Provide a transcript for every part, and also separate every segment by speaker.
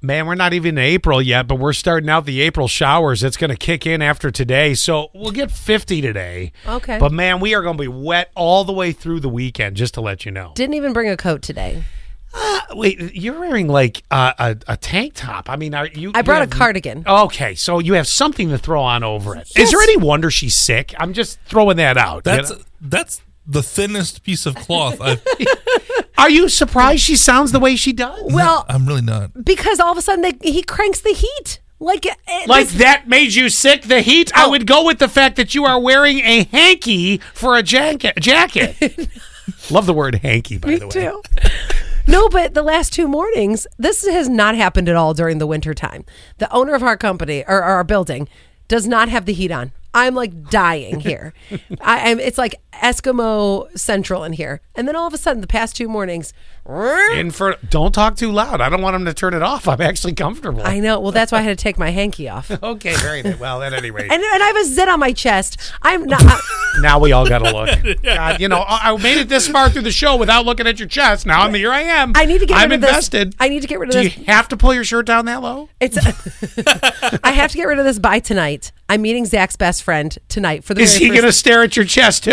Speaker 1: Man, we're not even in April yet, but we're starting out the April showers. It's going to kick in after today. So we'll get 50 today.
Speaker 2: Okay.
Speaker 1: But man, we are going to be wet all the way through the weekend, just to let you know.
Speaker 2: Didn't even bring a coat today.
Speaker 1: Wait, you're wearing like a, a, a tank top. I mean, are you?
Speaker 2: I brought
Speaker 1: you
Speaker 2: a cardigan.
Speaker 1: Okay, so you have something to throw on over it. Is there any wonder she's sick? I'm just throwing that out. you
Speaker 3: That's
Speaker 1: know?
Speaker 3: that's the thinnest piece of cloth. I've,
Speaker 1: Are you surprised she sounds the way she does?
Speaker 2: Well,
Speaker 3: I'm really not.
Speaker 2: because all of a sudden they, he cranks the heat. Like, it,
Speaker 1: like
Speaker 2: this-
Speaker 1: that made you sick, the heat? I would go with the fact that you are wearing a hanky for a jacket. jacket. Love the word hanky, by
Speaker 2: Me
Speaker 1: the way.
Speaker 2: too. No, but the last two mornings, this has not happened at all during the winter time. The owner of our company or, or our building does not have the heat on. I'm like dying here. I, I'm. It's like Eskimo Central in here. And then all of a sudden, the past two mornings,
Speaker 1: In for, don't talk too loud. I don't want him to turn it off. I'm actually comfortable.
Speaker 2: I know. Well, that's why I had to take my hanky off. And,
Speaker 1: okay, very good. Well, at any rate.
Speaker 2: and I have a zit on my chest. I'm not. I-
Speaker 1: Now we all got to look. God, you know, I I made it this far through the show without looking at your chest. Now I'm here. I am.
Speaker 2: I need to get
Speaker 1: I'm
Speaker 2: rid of
Speaker 1: invested.
Speaker 2: this. I need to get rid of
Speaker 1: Do
Speaker 2: this.
Speaker 1: you have to pull your shirt down that low?
Speaker 2: It's. I have to get rid of this by tonight. I'm meeting Zach's best friend tonight for the.
Speaker 1: Is
Speaker 2: very
Speaker 1: he
Speaker 2: first
Speaker 1: going to stare at your chest too?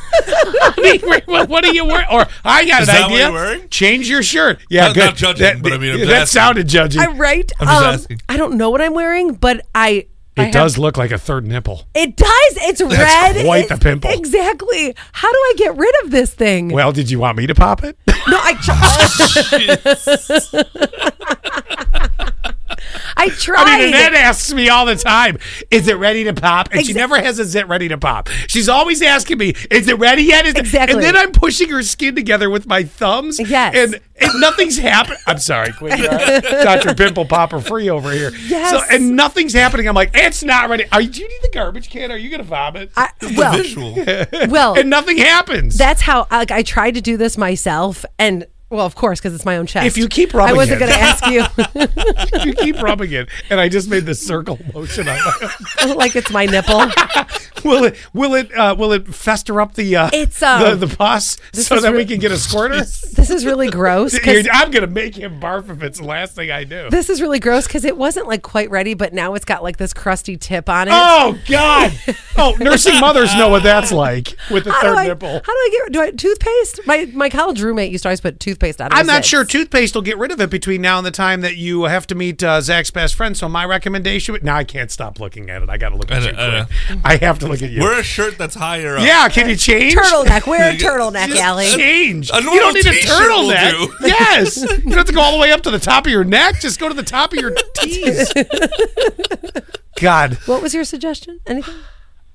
Speaker 1: I mean, what are you wearing? Or I got
Speaker 3: Is
Speaker 1: an
Speaker 3: that what
Speaker 1: idea.
Speaker 3: you're wearing?
Speaker 1: Change your shirt. Yeah,
Speaker 3: Not-
Speaker 1: good.
Speaker 3: not judging,
Speaker 1: that,
Speaker 3: but I mean, I'm
Speaker 1: that
Speaker 3: just asking.
Speaker 1: sounded judging.
Speaker 2: I right.
Speaker 3: I'm just asking.
Speaker 2: I don't know what I'm wearing, but I. I
Speaker 1: it
Speaker 2: have-
Speaker 1: does look like a third nipple.
Speaker 2: It does. It's
Speaker 1: That's
Speaker 2: red.
Speaker 1: quite
Speaker 2: It's-
Speaker 1: the pimple.
Speaker 2: Exactly. How do I get rid of this thing?
Speaker 1: Well, did you want me to pop it?
Speaker 2: no, I. Tr- I tried.
Speaker 1: I mean, Annette asks me all the time, "Is it ready to pop?" And she
Speaker 2: Exa-
Speaker 1: never has a zit ready to pop. She's always asking me, "Is it ready yet?" Is it-"
Speaker 2: Exactly.
Speaker 1: And then I'm pushing her skin together with my thumbs.
Speaker 2: Yes.
Speaker 1: And, and nothing's happened. I'm sorry, quick, Doctor Pimple Popper Free over here.
Speaker 2: Yes.
Speaker 1: So and nothing's happening. I'm like, it's not ready. Are you, do you need the garbage can? Are you gonna vomit?
Speaker 2: I-
Speaker 3: The
Speaker 2: well,
Speaker 3: visual.
Speaker 2: well,
Speaker 1: and nothing happens.
Speaker 2: that's how like I tried to do this myself, and well, of course, because it's my own chest.
Speaker 1: If you keep rubbing
Speaker 2: I wasn't
Speaker 1: it.
Speaker 2: going to ask you
Speaker 1: you keep rubbing it, and I just made the circle motion. On my
Speaker 2: like it's my nipple.
Speaker 1: will it? Will it? Uh, will it fester up the? Uh,
Speaker 2: It's, um,
Speaker 1: the, the pus so
Speaker 2: is
Speaker 1: that we
Speaker 2: real-
Speaker 1: can get a squirter.
Speaker 2: This is really gross. 'cause-
Speaker 1: I'm gonna make him barf if it's the last thing I do.
Speaker 2: This is really gross because it wasn't like quite ready, but now it's got like this crusty tip on it.
Speaker 1: Oh God! Oh, nursing mothers know what that's like with the
Speaker 2: how
Speaker 1: third
Speaker 2: do I, How
Speaker 1: nipple.
Speaker 2: do I get? Do I toothpaste? My my college roommate used to always put toothpaste out. Of
Speaker 1: I'm
Speaker 2: his
Speaker 1: not
Speaker 2: zits.
Speaker 1: sure toothpaste will get rid of it between now and the time that you have to meet uh, Zach's best friend. So my recommendation would now I can't stop looking at it. I got to look at
Speaker 3: I
Speaker 1: you.
Speaker 3: know, I
Speaker 1: quick. I have to look at you.
Speaker 3: Wear a shirt that's higher up.
Speaker 1: yeah, can you change?
Speaker 2: Turtleneck. Wear a turtleneck, Allie.
Speaker 1: change.
Speaker 3: A
Speaker 1: You
Speaker 3: normal
Speaker 1: don't need a
Speaker 3: t-shirt will
Speaker 1: turtleneck.
Speaker 3: do.
Speaker 1: Yes. You don't have to go all the way up to the top of your neck. Just go to the top of your tees. God.
Speaker 2: What was your suggestion? Anything?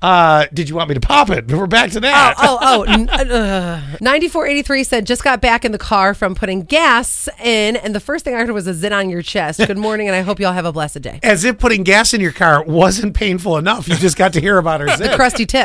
Speaker 1: Uh, did you want me to pop it? We're back to
Speaker 2: Oh,
Speaker 1: that.
Speaker 2: oh, oh. n- uh, 9483 said, just got back in the car from putting gas in, and the first thing I heard was a zit on your chest. Good morning, and I hope y'all have a blessed day.
Speaker 1: As if putting gas in your car wasn't painful enough. You just got to hear about her zip.
Speaker 2: Crusty tip.